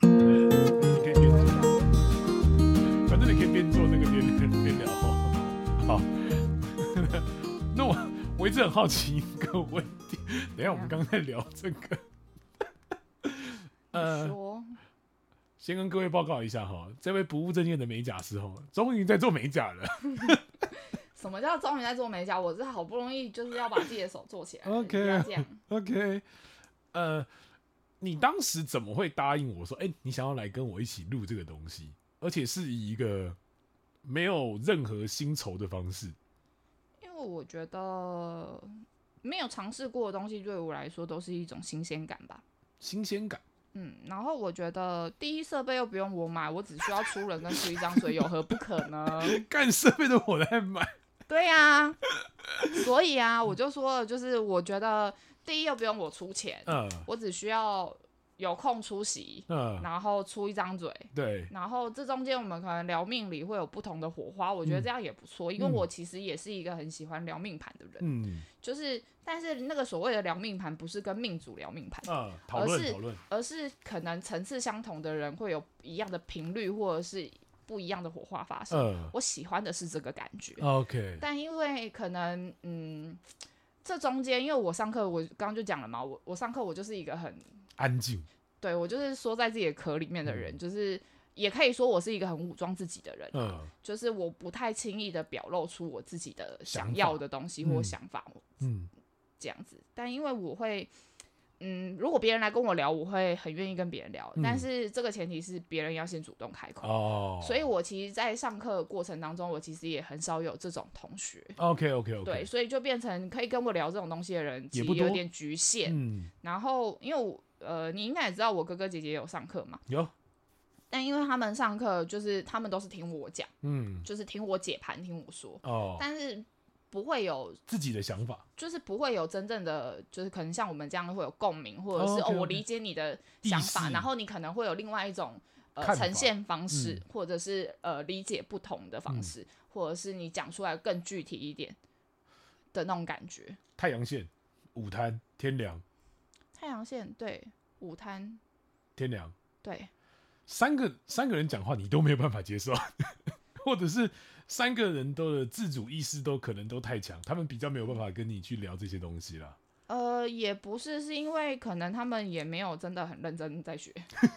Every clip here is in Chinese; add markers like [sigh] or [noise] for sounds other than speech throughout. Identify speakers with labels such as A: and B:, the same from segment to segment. A: 你可以边，反正你可以边做这个边边聊。好， [laughs] 那我我一直很好奇一个问题，等一下我们刚刚在聊这个，
B: 你
A: 呃，
B: 说
A: 先跟各位报告一下哈，这位不务正业的美甲师哈，终于在做美甲了。
B: 什么叫终于在做美甲？我是好不容易就是要把自己的手做起来了。
A: OK
B: 你不要这样，
A: OK，呃，你当时怎么会答应我说，哎、你想要来跟我一起录这个东西，而且是以一个没有任何薪酬的方式？
B: 因为我觉得没有尝试过的东西对我来说都是一种新鲜感吧。
A: 新鲜感，
B: 嗯，然后我觉得第一设备又不用我买，我只需要出人跟出一张嘴，有何不可呢？
A: [laughs] 干设备的我在买，
B: 对呀、所以啊，我就说了，就是我觉得第一又不用我出钱，
A: 嗯
B: 我只需要有空出席，
A: 嗯，
B: 然后出一张嘴，
A: 对，
B: 然后这中间我们可能聊命理会有不同的火花，我觉得这样也不错，因为
A: 嗯
B: 我其实也是一个很喜欢聊命盘的人，
A: 嗯
B: 就是但是那个所谓的聊命盘不是跟命主聊命盘，
A: 嗯，讨
B: 而
A: 论
B: 是
A: 讨论，
B: 而是可能层次相同的人会有一样的频率或者是不一样的火花发生。
A: 嗯哦
B: 我喜欢的是这个感觉，
A: ，OK，
B: 但因为可能嗯。这中间，因为我上课，我刚刚就讲了嘛，我我上课我就是一个很
A: 安静，
B: 对我就是缩在自己的壳里面的人，就是也可以说我是一个很武装自己的人，
A: 嗯
B: 就是我不太轻易的表露出我自己的
A: 想
B: 想
A: 法
B: 要的东西或
A: 嗯
B: 想法
A: 嗯
B: 这样子。但因为我会，嗯，如果别人来跟我聊，我会很愿意跟别人聊，
A: 嗯
B: 但是这个前提是别人要先主动开口。
A: 哦，
B: 所以，我其实，在上课的过程当中，我其实也很少有这种同学，
A: OK OK
B: 对，
A: OK，
B: 所以就变成可以跟我聊这种东西的人，其
A: 也
B: 实
A: 不多
B: 有点局限。
A: 嗯，
B: 然后，因为我，呃，你应该也知道，我哥哥姐姐也有上课嘛，
A: 有，
B: 但因为他们上课就是他们都是听我讲，
A: 嗯
B: 就是听我解盘，听我说，
A: 哦，
B: 但是不会有，
A: 自己的想法，
B: 就是不会有真正的，就是可能像我们这样会有共鸣，或者
A: 哦
B: 是哦
A: ，OK，OK
B: 我理解你的想
A: 意
B: 法，
A: 思
B: 然后你可能会有另外一种呃
A: 看法
B: 呈现方式，
A: 嗯
B: 或者是呃理解不同的方式，或者是你讲出来更具体一点的那种感觉。
A: 太阳线、午滩、天凉、
B: 太阳线对，午滩
A: 天凉。
B: 对，
A: 三个三个人讲话你都没有办法接受， [laughs] 或者是三个人都的自主意识都可能都太强，他们比较没有办法跟你去聊这些东西啦。
B: 呃，也不是，是因为可能他们也没有真的很认真在学。 [laughs]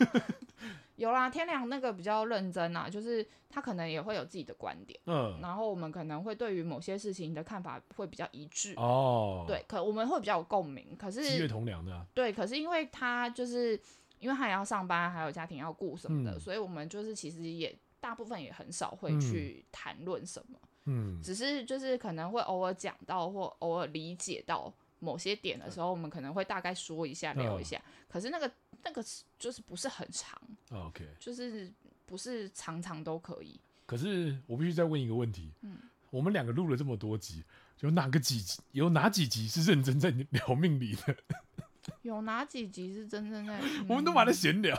B: 有啦，天良那个比较认真啦，就是他可能也会有自己的观点，
A: 嗯，
B: 然后我们可能会对于某些事情的看法会比较一致，
A: 哦，，
B: 对，可我们会比较有共鸣。可
A: 积月
B: 是
A: 同梁的啊、
B: 对，可是因为他就是因为他也要上班，还有家庭要顾什么的，
A: 嗯
B: 所以我们就是其实也大部分也很少会
A: 嗯
B: 去谈论什么，
A: 嗯，
B: 只是就是可能会偶尔讲到或偶尔理解到某些点的时候，我们可能会大概说一下、聊一下。
A: 嗯
B: 可是那个那个是就是不是很长，
A: 哦 OK。
B: 就是不是常常都可以。
A: 可是我必须再问一个问题，
B: 嗯
A: 我们两个录了这么多集，有哪个几集有哪几集是认真在聊命理
B: 嗯
A: 的？
B: 有哪几集是真正在？嗯
A: 我们都
B: 把
A: 把它
B: 它
A: 闲聊，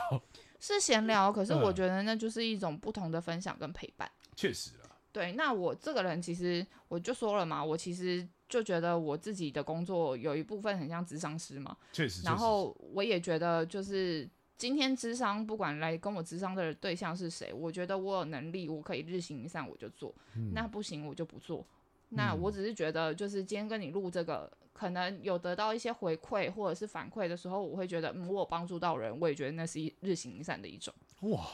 B: 是闲聊，可是
A: 嗯
B: 我觉得那就是一种不同的分享跟陪伴。
A: 确实啊，
B: 对，那我这个人其实我就说了嘛，我其实就觉得我自己的工作有一部分很像智商师嘛，
A: 确实。确实
B: 然后我也觉得，就是今天智商，不管来跟我智商的对象是谁，我觉得我有能力，我可以日行一善，我就做；
A: 嗯
B: 那不行，我就不做。那
A: 嗯
B: 我只是觉得，就是今天跟你录这个，可能有得到一些回馈或者是反馈的时候，我会觉得，嗯，我有帮助到人，我也觉得那是一日行一善的一种，
A: 哇，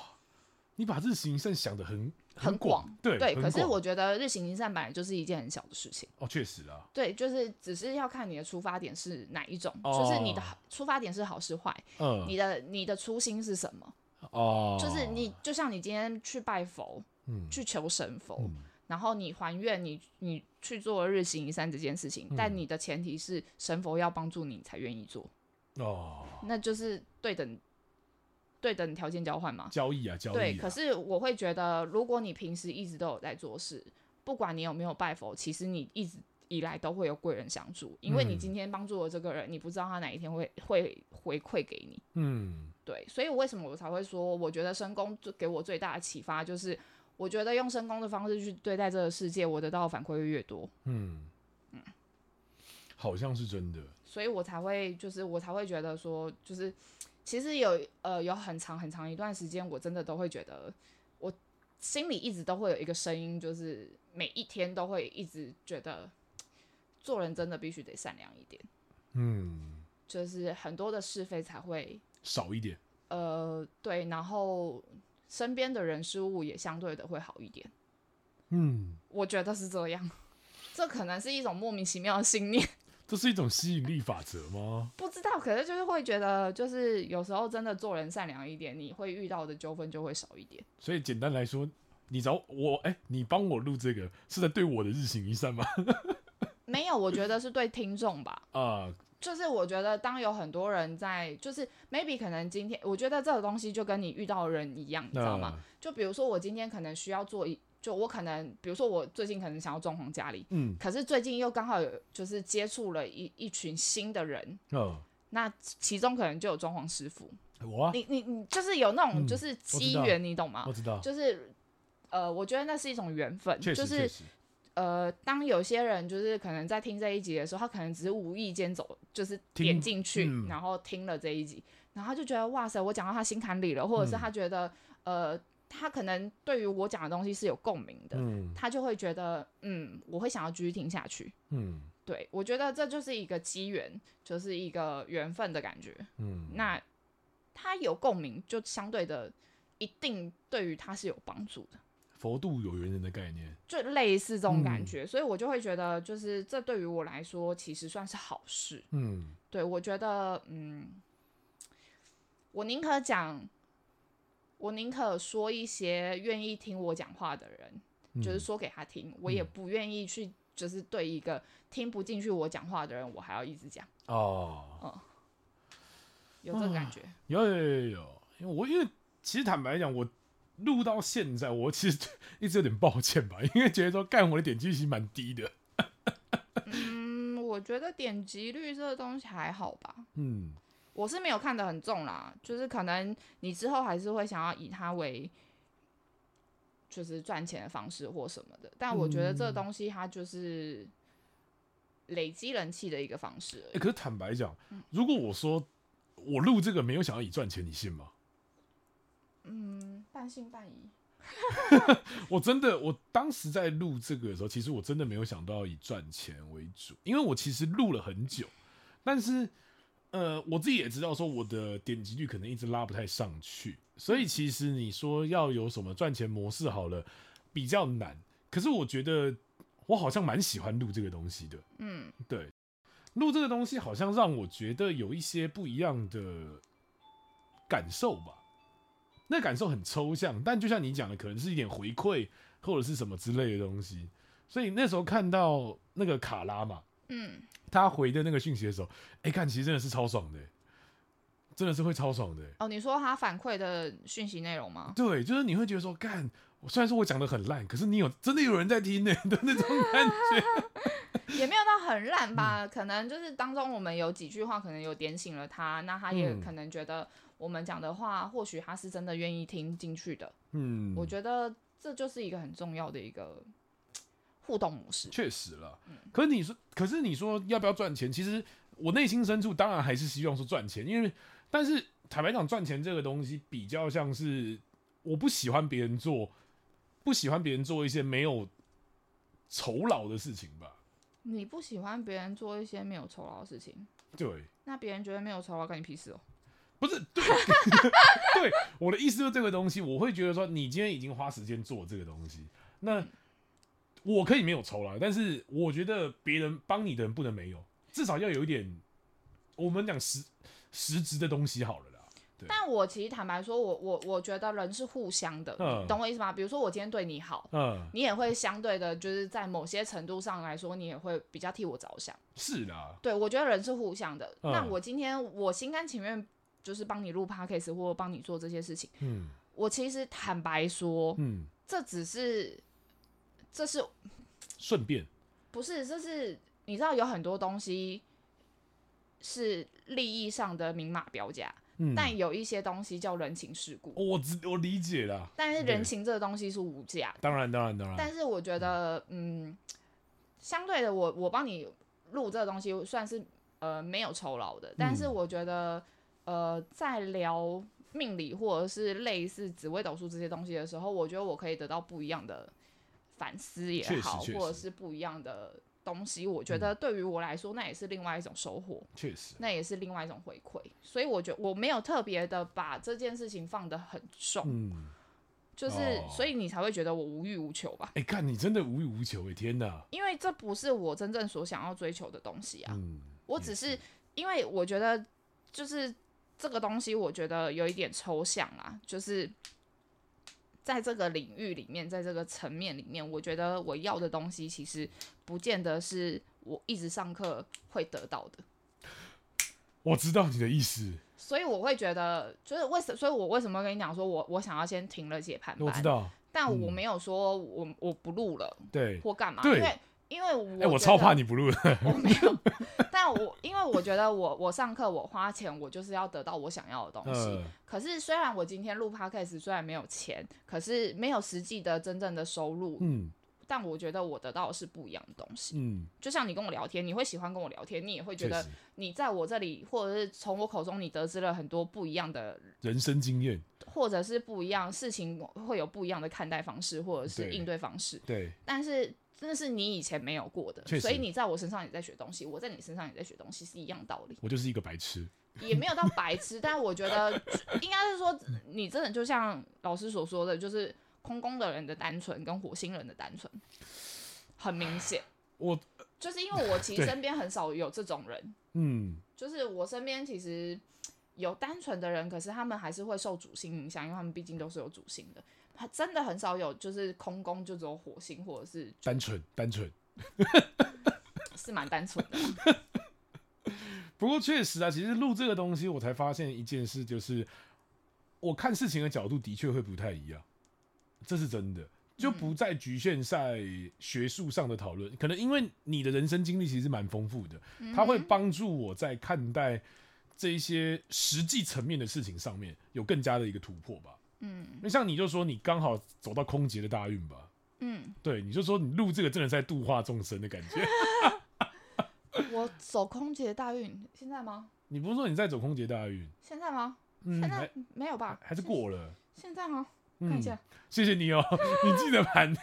A: 你把日行一善想的很
B: 很
A: 广，对
B: 对。
A: 很
B: 可是
A: 广
B: 我觉得日行一善本来就是一件很小的事情。
A: 哦，确实啊，
B: 对，就是只是要看你的出发点是哪一种，
A: 哦
B: 就是你的好出发点是好是坏，
A: 嗯，
B: 你的你的初心是什么。
A: 哦，
B: 就是你，就像你今天去拜佛，
A: 嗯
B: 去求神佛，
A: 嗯
B: 然后你还愿，你你去做日行一善这件事情，
A: 嗯
B: 但你的前提是神佛要帮助你才愿意做，
A: 哦，
B: 那就是对等对等条件交换嘛。
A: 交易啊，交易、啊。
B: 对，可是我会觉得，如果你平时一直都有在做事，不管你有没有拜佛，其实你一直以来都会有贵人相助，因为你
A: 嗯
B: 今天帮助了这个人，你不知道他哪一天会会回馈给你。
A: 嗯，
B: 对，所以我为什么我才会说，我觉得深宫最给我最大的启发就是，我觉得用深宫的方式去对待这个世界，我得到的反馈会越多，
A: 嗯，好像是真的。
B: 所以我才会就是我才会觉得说，就是其实有呃有很长很长一段时间，我真的都会觉得，我心里一直都会有一个声音，就是每一天都会一直觉得，做人真的必须得善良一点，
A: 嗯，
B: 就是很多的是非才会
A: 少一点，
B: 呃对，然后身边的人事物也相对的会好一点，
A: 嗯，
B: 我觉得是这样。这可能是一种莫名其妙的信念，
A: 这是一种吸引力法则吗？
B: 不知道，可是就是会觉得，就是有时候真的做人善良一点，你会遇到的纠纷就会少一点。
A: 所以简单来说，你找我，哎、你帮我录这个是在对我的日行一善
B: [laughs]
A: 吗？
B: 没有，我觉得是对听众吧。
A: 啊，
B: [laughs] 就是我觉得，当有很多人在，就是 maybe 可能今天，我觉得这个东西就跟你遇到的人一样，你知道吗？
A: 那
B: 就比如说我今天可能需要做一，就我可能，比如说我最近可能想要装潢家里，
A: 嗯，
B: 可是最近又刚好有就是接触了一一群新的人，
A: 呃，
B: 那其中可能就有装潢师傅，
A: 我啊，
B: 你你你就是有那种
A: 嗯
B: 就是
A: 知
B: 机
A: 道
B: 缘，你懂吗
A: 我？知道，
B: 就是呃，我觉得那是一种缘分，
A: 确
B: 就
A: 实
B: 是
A: 确实，
B: 呃，当有些人就是可能在听这一集的时候，他可能只是无意间走，就是
A: 听
B: 点进去，
A: 嗯
B: 然后听了这一集，然后他就觉得哇塞，我讲到他心坎里了，或者是
A: 嗯
B: 他觉得、呃，他可能对于我讲的东西是有共鸣的，
A: 嗯
B: 他就会觉得嗯，我会想要继续听下去。
A: 嗯
B: 对，我觉得这就是一个机缘，就是一个缘分的感觉。
A: 嗯，
B: 那他有共鸣，就相对的，一定对于他是有帮助的。
A: 佛度有缘人的概念，
B: 就类似这种感
A: 嗯
B: 觉，所以我就会觉得，就是这对于我来说其实算是好事。
A: 嗯，
B: 对我觉得，嗯，我宁可讲，我宁可说一些愿意听我讲话的人，就是
A: 嗯
B: 说给他听，我也
A: 嗯
B: 不愿意去，就是对一个听不进去我讲话的人，我还要一直讲，
A: 哦，
B: 有这个感
A: 啊
B: 觉。
A: 有有有有，因为我因为其实坦白讲，我录到现在，我其实 [laughs] 一直有点抱歉吧，因为觉得说干我的点击率其实蛮低的，
B: 嗯，我觉得点击率这个东西还好吧，
A: 嗯，
B: 我是没有看得很重啦，就是可能你之后还是会想要以它为就是赚钱的方式或什么的，但我觉得这个
A: 嗯
B: 东西它就是累积人气的一个方式而
A: 欸
B: 已。
A: 可是坦白讲，
B: 嗯
A: 如果我说我录这个没有想要以赚钱，你信吗？
B: 嗯，半信半疑。
A: 我真的，我当时在录这个的时候，其实我真的没有想到以赚钱为主，因为我其实录了很久，但是呃，我自己也知道说我的点击率可能一直拉不太上去，所以其实你说要有什么赚钱模式好了，比较难。可是我觉得我好像蛮喜欢录这个东西的，
B: 嗯，
A: 对，录这个东西好像让我觉得有一些不一样的感受吧。那感受很抽象，但就像你讲的，可能是一点回馈或者是什么之类的东西。所以那时候看到那个卡拉嘛，
B: 嗯，
A: 他回的那个讯息的时候，哎、看其实真的是超爽的、欸真的是会超爽的、欸
B: 哦，你说他反馈的讯息内容吗？
A: 对，就是你会觉得说，干，我虽然说我讲的很烂，可是你有真的有人在听呢、 [laughs] 的那种感觉。
B: 也没有到很烂
A: 嗯
B: 吧， [laughs] 可能就是当中我们有几句话可能有点醒了他，那他也
A: 嗯
B: 可能觉得我们讲的话，或许他是真的愿意听进去的。
A: 嗯，
B: 我觉得这就是一个很重要的一个互动模式。
A: 确实了，可是你说，可是你说要不要赚钱？其实我内心深处当然还是希望说赚钱，因为但是坦白讲，赚钱这个东西比较像是我不喜欢别人做，不喜欢别人做一些没有酬劳的事情吧。
B: 你不喜欢别人做一些没有酬劳的事情，
A: 对，
B: 那别人觉得没有酬劳，关你屁事哦。
A: 不是对， [laughs] 对，我的意思就是这个东西，我会觉得说，你今天已经花时间做这个东西，那我可以没有酬劳，但是我觉得别人帮你的人不能没有，至少要有一点，我们讲实实质的东西好了啦。
B: 但我其实坦白说，我我我觉得人是互相的，
A: 嗯
B: 你懂我意思吗？比如说我今天对你好，
A: 嗯，
B: 你也会相对的，就是在某些程度上来说，你也会比较替我着想。
A: 是啦，
B: 对我觉得人是互相的。
A: 嗯
B: 那我今天我心甘情愿就是帮你录 podcast 或帮你做这些事情，
A: 嗯
B: 我其实坦白说，
A: 嗯，
B: 这只是这是
A: 顺便，
B: 不是，就是你知道有很多东西是利益上的明码标价，
A: 嗯，
B: 但有一些东西叫人情世故。
A: 我知我理解啦，
B: 但是
A: 对
B: 人情这个东西是无价的，
A: 当然当然当然，
B: 但是我觉得，嗯，相对的我，我帮你录这个东西算是呃没有酬劳的，但是
A: 嗯
B: 我觉得呃在聊命理或者是类似紫微斗数这些东西的时候，我觉得我可以得到不一样的反思也
A: 确实
B: 好，
A: 确
B: 或者
A: 实嗯
B: 是不一样的东西。我觉得对于我来说，那也是另外一种收获。
A: 确实，
B: 那也是另外一种回馈。所以我觉我没有特别的把这件事情放得很重，
A: 嗯，
B: 就是、
A: 哦
B: 所以你才会觉得我无欲无求吧，
A: 哎、看你真的无欲无求哎、天哪，
B: 因为这不是我真正所想要追求的东西啊。
A: 嗯，
B: 我只是因为我觉得就是这个东西，我觉得有一点抽象啊，就是。在这个领域里面，在这个层面里面，我觉得我要的东西其实不见得是我一直上课会得到的。
A: 我知道你的意思，
B: 所以我会觉得，就是为什，所以我为什么跟你讲说我我想要先停了解盘
A: 我
B: 班
A: 知，道，嗯
B: 但我没有说我我不录了
A: 对，
B: 或干嘛，因
A: 对
B: 为因为我
A: 哎、
B: 觉
A: 我
B: 得
A: 超怕，你不录了，
B: 我没有， [laughs] 但我因为我觉得我我上课我花钱，我就是要得到我想要的东西。
A: 嗯，
B: 可是虽然我今天录 podcast 虽然没有钱，可是没有实际的真正的收入，
A: 嗯
B: 但我觉得我得到的是不一样的东西。
A: 嗯，
B: 就像你跟我聊天，你会喜欢跟我聊天，你也会觉
A: 确
B: 得
A: 实，
B: 你在我这里，或者是从我口中，你得知了很多不一样的，
A: 人生经验，
B: 或者是不一样事情，会有不一样的看待方式，或者是
A: 对
B: 应对方式。
A: 对，
B: 但是真的是你以前没有过的
A: 确，实
B: 所以你在我身上也在学东西，我在你身上也在学东西，是一样道理，
A: 我就是一个白痴，
B: 也没有到白痴。 [laughs] 但我觉得应该是说，你真的就像老师所说的，就是空宫的人的单纯跟火星人的单纯，很明显，
A: 我，
B: 就是因为我其实
A: 对
B: 身边很少有这种人。
A: 嗯，
B: 就是我身边其实有单纯的人，可是他们还是会受主星影响，因为他们毕竟都是有主星的。他真的很少有就是空宫就只有火星或者是
A: 单纯单纯。
B: 是蛮单纯的。
A: 不过确实啊，其实录这个东西，我才发现一件事，就是我看事情的角度的确会不太一样，这是真的，就不再局限在学术上的讨论。可能因为你的人生经历其实蛮丰富的，它会帮助我在看待这一些实际层面的事情上面有更加的一个突破吧。
B: 嗯
A: 那像你就说你刚好走到空姐的大运吧，
B: 嗯，
A: 对，你就说你录这个真的在度化众生的感觉。 [laughs]
B: 我走空姐大运，现在吗？
A: 你不是说你在走空姐大运？
B: 现在吗？
A: 嗯，
B: 现
A: 还
B: 在没有吧？
A: 还是过了。
B: 现在吗？看
A: 嗯
B: 一，下，
A: 谢谢你哦， [laughs] 你记得盘呢？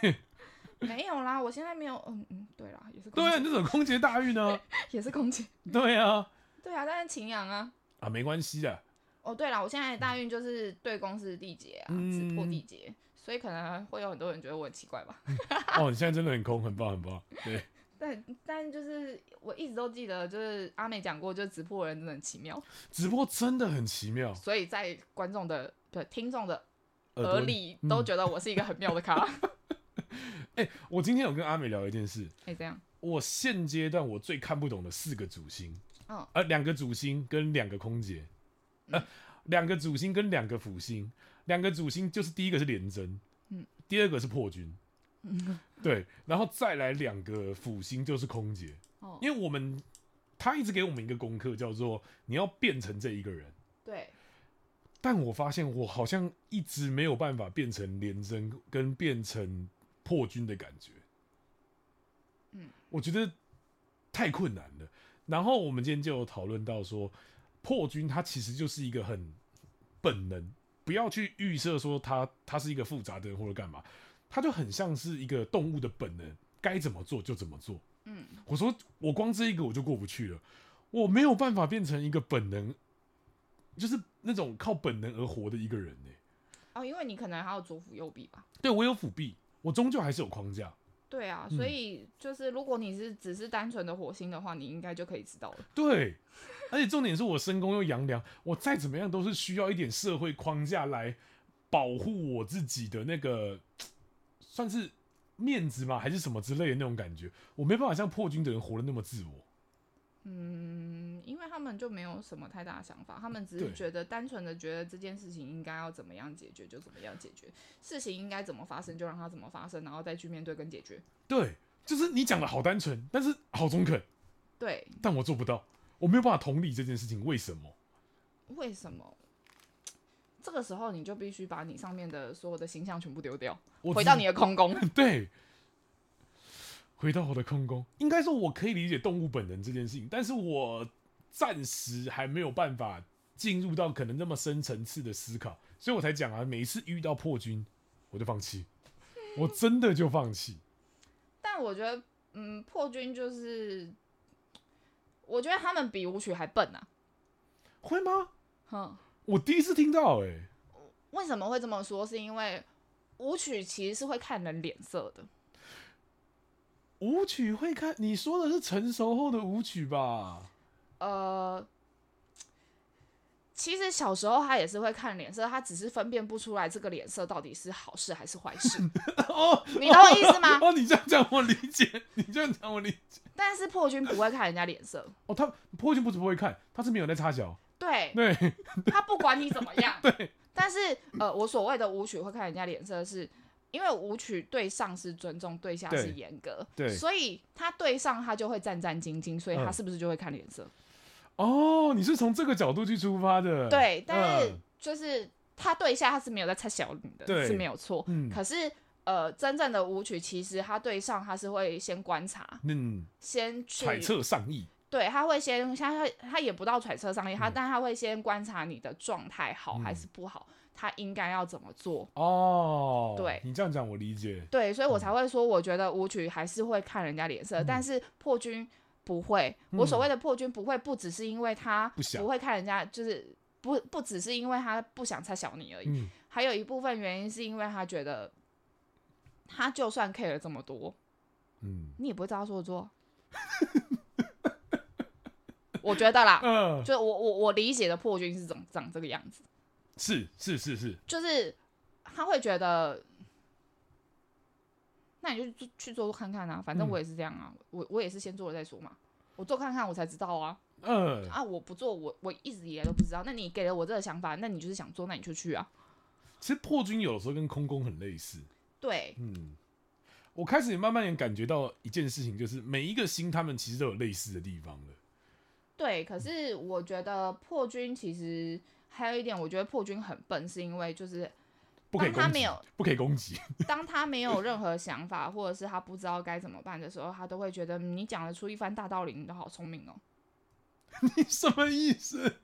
B: 没有啦，我现在没有。嗯嗯，对啦，也是空
A: 对啊，
B: 姐，
A: 你走空姐大运呢、啊？
B: 也是空姐。
A: 对啊，
B: 对啊，但是晴阳啊。
A: 啊，没关系的，
B: 哦，对了，我现在的大运就是对公司地结啊，直破
A: 嗯
B: 地结，所以可能会有很多人觉得我很奇怪吧。
A: 哦，你现在真的很空，很棒，很棒。对，
B: 但但就是我一直都记得，就是阿美讲过，就是直播人真的很奇妙，
A: 直播真的很奇妙，
B: 所以在观众的不听众的
A: 哦耳
B: 耳
A: 朵
B: 里
A: 嗯
B: 都觉得我是一个很妙的咖。 [laughs]
A: 哎、我今天有跟阿美聊一件事，
B: 哎、这样，
A: 我现阶段我最看不懂的四个主星，
B: 嗯
A: 呃，两个主星跟两个空姐，呃，两个主星跟两个辅星，两个主星就是第一个是廉贞，
B: 嗯，
A: 第二个是破军， [laughs] 对，然后再来两个辅星就是空姐，
B: 哦，
A: 因为我们他一直给我们一个功课，叫做你要变成这一个人。
B: 对，
A: 但我发现我好像一直没有办法变成连贞跟变成破军的感觉。
B: 嗯，
A: 我觉得太困难了。然后我们今天就有讨论到说，破军它其实就是一个很本能，不要去预设说它它是一个复杂的人或者干嘛，它就很像是一个动物的本能，该怎么做就怎么做。
B: 嗯，
A: 我说我光这一个我就过不去了，我没有办法变成一个本能，就是那种靠本能而活的一个人呢、
B: 哦，因为你可能还有左辅右臂吧。
A: 对我有辅币，我终究还是有框架。
B: 对啊，
A: 嗯
B: 所以就是如果你是只是单纯的火星的话，你应该就可以知道了。
A: 对，而且重点是我身宫又阳梁，我再怎么样都是需要一点社会框架来保护我自己的那个，算是面子吗？还是什么之类的那种感觉？我没办法像破军的人活得那么自我。
B: 嗯，因为他们就没有什么太大的想法，他们只是
A: 对
B: 觉得单纯的觉得这件事情应该要怎么样解决就怎么样解决，事情应该怎么发生就让它怎么发生，然后再去面对跟解决。
A: 对，就是你讲的好单纯，但是好中肯，
B: 对，
A: 但我做不到，我没有办法同理这件事情，为什么？
B: 为什么？这个时候你就必须把你上面的所有的形象全部丢掉，
A: 我
B: 回
A: 知
B: 到你的空宫。 [laughs]
A: [laughs] 对，回到我的空宫，应该说我可以理解动物本能这件事情，但是我暂时还没有办法进入到可能那么深层次的思考，所以我才讲啊，每一次遇到破军，我就放
B: [laughs]
A: 弃，我真的就放弃。
B: 但我觉得，嗯，破军就是，我觉得他们比舞曲还笨啊。
A: 会吗？
B: 哼，
A: 我第一次听到、哎，
B: 为什么会这么说？是因为舞曲其实是会看人脸色的。
A: 舞曲会看，你说的是成熟后的舞曲吧？
B: 呃，其实小时候他也是会看脸色，他只是分辨不出来这个脸色到底是好事还是坏事。
A: [laughs] 哦，
B: 你懂我意思吗
A: [laughs] 哦，你这样讲我理解，你这样讲我理解。
B: 但是破军不会看人家脸色，
A: 哦，他破军不是不会看，他是没有在插脚。
B: 对
A: 对， [laughs]
B: 他不管你怎么样。对。但是呃，我所谓的舞曲会看人家脸色是。因为舞曲对上是尊重，对下是
A: 对
B: 严格，
A: 对
B: 所以他对上他就会战战兢兢，所以他
A: 嗯
B: 是不是就会看脸色？
A: 哦，你是从这个角度去出发的。
B: 对，但是
A: 嗯
B: 就是他对下他是没有在猜小你的，
A: 对
B: 是没有错。
A: 嗯
B: 可是呃，真正的舞曲其实他对上他是会先观察，
A: 嗯，
B: 先去
A: 揣，测上意。
B: 对，他会先他会他也不到揣测上意，他、
A: 嗯
B: 但他会先观察你的状态好还是不好，他应该要怎么做。
A: 哦，
B: 对
A: 你这样讲我理解。
B: 对，所以我才会说，我觉得舞曲还是会看人家脸
A: 嗯
B: 色，但是破军不会。我所谓的破军不会，不只是因为他
A: 不想
B: 不会看人家，就是不不只是因为他不想拆小你而已，
A: 嗯
B: 还有一部分原因是因为他觉得，他就算 care 这么多，
A: 嗯
B: 你也不会照他说的做。啊我觉得啦，
A: 嗯，
B: 就我我我理解的破军是长长这个样子，
A: 是是是是，
B: 就是他会觉得，那你就去去做做看看啊，反正
A: 嗯
B: 我也是这样啊，我我也是先做了再说嘛，我做看看我才知道啊
A: 嗯，
B: 啊，我不做我我一直以来都不知道，那你给了我这个想法，那你就是想做，那你就去啊，
A: 其实破军有时候跟空宫很类似。
B: 对，
A: 嗯，我开始慢慢也感觉到一件事情，就是每一个星他们其实都有类似的地方了。
B: 对，可是我觉得破军其实还有一点，我觉得破军很笨，是因为就是
A: 不可以
B: 当哦他
A: 攻
B: 没
A: 击
B: 有，
A: 不可以攻击。 [laughs]
B: 当他没有任何想法，或者是他不知道该怎么办的时候，他都会觉得嗯你讲得出一番大道理，你都好聪明哦。
A: 你什么意思？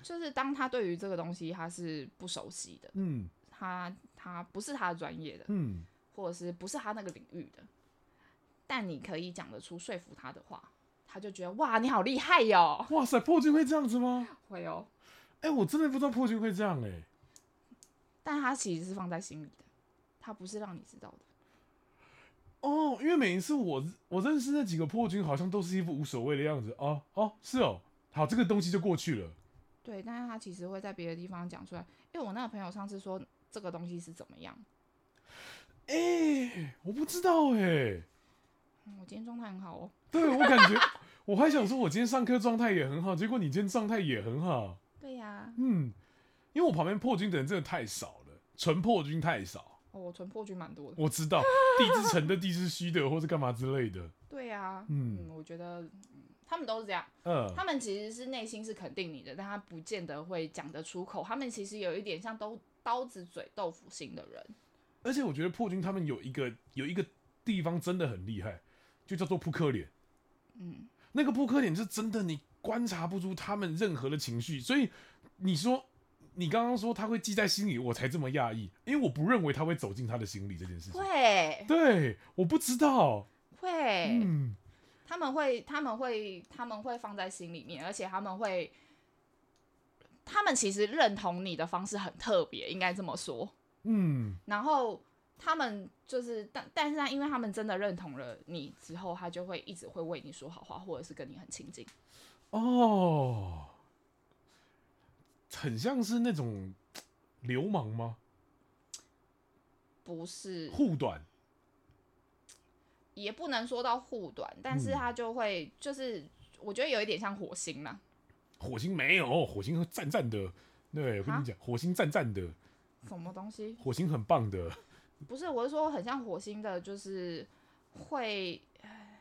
B: 就是当他对于这个东西他是不熟悉的，
A: 嗯
B: 他他不是他的专业的，
A: 嗯，
B: 或者是不是他那个领域的，但你可以讲得出说服他的话，他就觉得哇，你好厉害哟、
A: 哇塞，破军会这样子吗？
B: 会哦，
A: 哎、我真的不知道破军会这样哎、
B: 但他其实是放在心里的，他不是让你知道的。
A: 哦，因为每一次我我认识那几个破军，好像都是一副无所谓的样子。哦哦，是哦，好，这个东西就过去了。
B: 对，但是他其实会在别的地方讲出来，因为我那个朋友上次说这个东西是怎么样，
A: 哎、我不知道哎、
B: 嗯我今天状态很好哦，
A: 对我感觉，我还想说，我今天上课状态也很好，结果你今天状态也很好。
B: 对呀、
A: 嗯，因为我旁边破军的人真的太少了，纯破军太少。
B: 哦，我存破局蛮多的，
A: 我知道地之成的、地之虚的，或是干嘛之类的。
B: 对呀、
A: 嗯
B: 我觉得、嗯他们都是这样，
A: 嗯
B: 他们其实是内心是肯定你的，但他不见得会讲得出口，他们其实有一点像刀刀子嘴豆腐心的人，
A: 而且我觉得破军他们有一个有一个地方真的很厉害，就叫做扑克脸。
B: 嗯，
A: 那个扑克脸是真的，你观察不出他们任何的情绪，所以你说你刚刚说他会记在心里，我才这么讶异，因为我不认为他会走进他的心里这件事情。
B: 会
A: 对，我不知道。
B: 会、
A: 嗯，
B: 他们会他们会他们会放在心里面，而且他们会。他们其实认同你的方式很特别，应该这么说。
A: 嗯，
B: 然后他们就是，但但是呢，因为他们真的认同了你之后，他就会一直会为你说好话，或者是跟你很亲近。
A: 哦，很像是那种流氓吗？
B: 不是，
A: 护短，
B: 也不能说到护短，但是
A: 嗯
B: 他就会就是，我觉得有一点像火星啦，
A: 火星没有，火星赞赞的。对，我跟
B: 啊
A: 你讲，火星赞赞的，
B: 什么东西？
A: 火星很棒
B: [laughs]
A: 的。
B: 不是，我是说很像火星的，就是会唉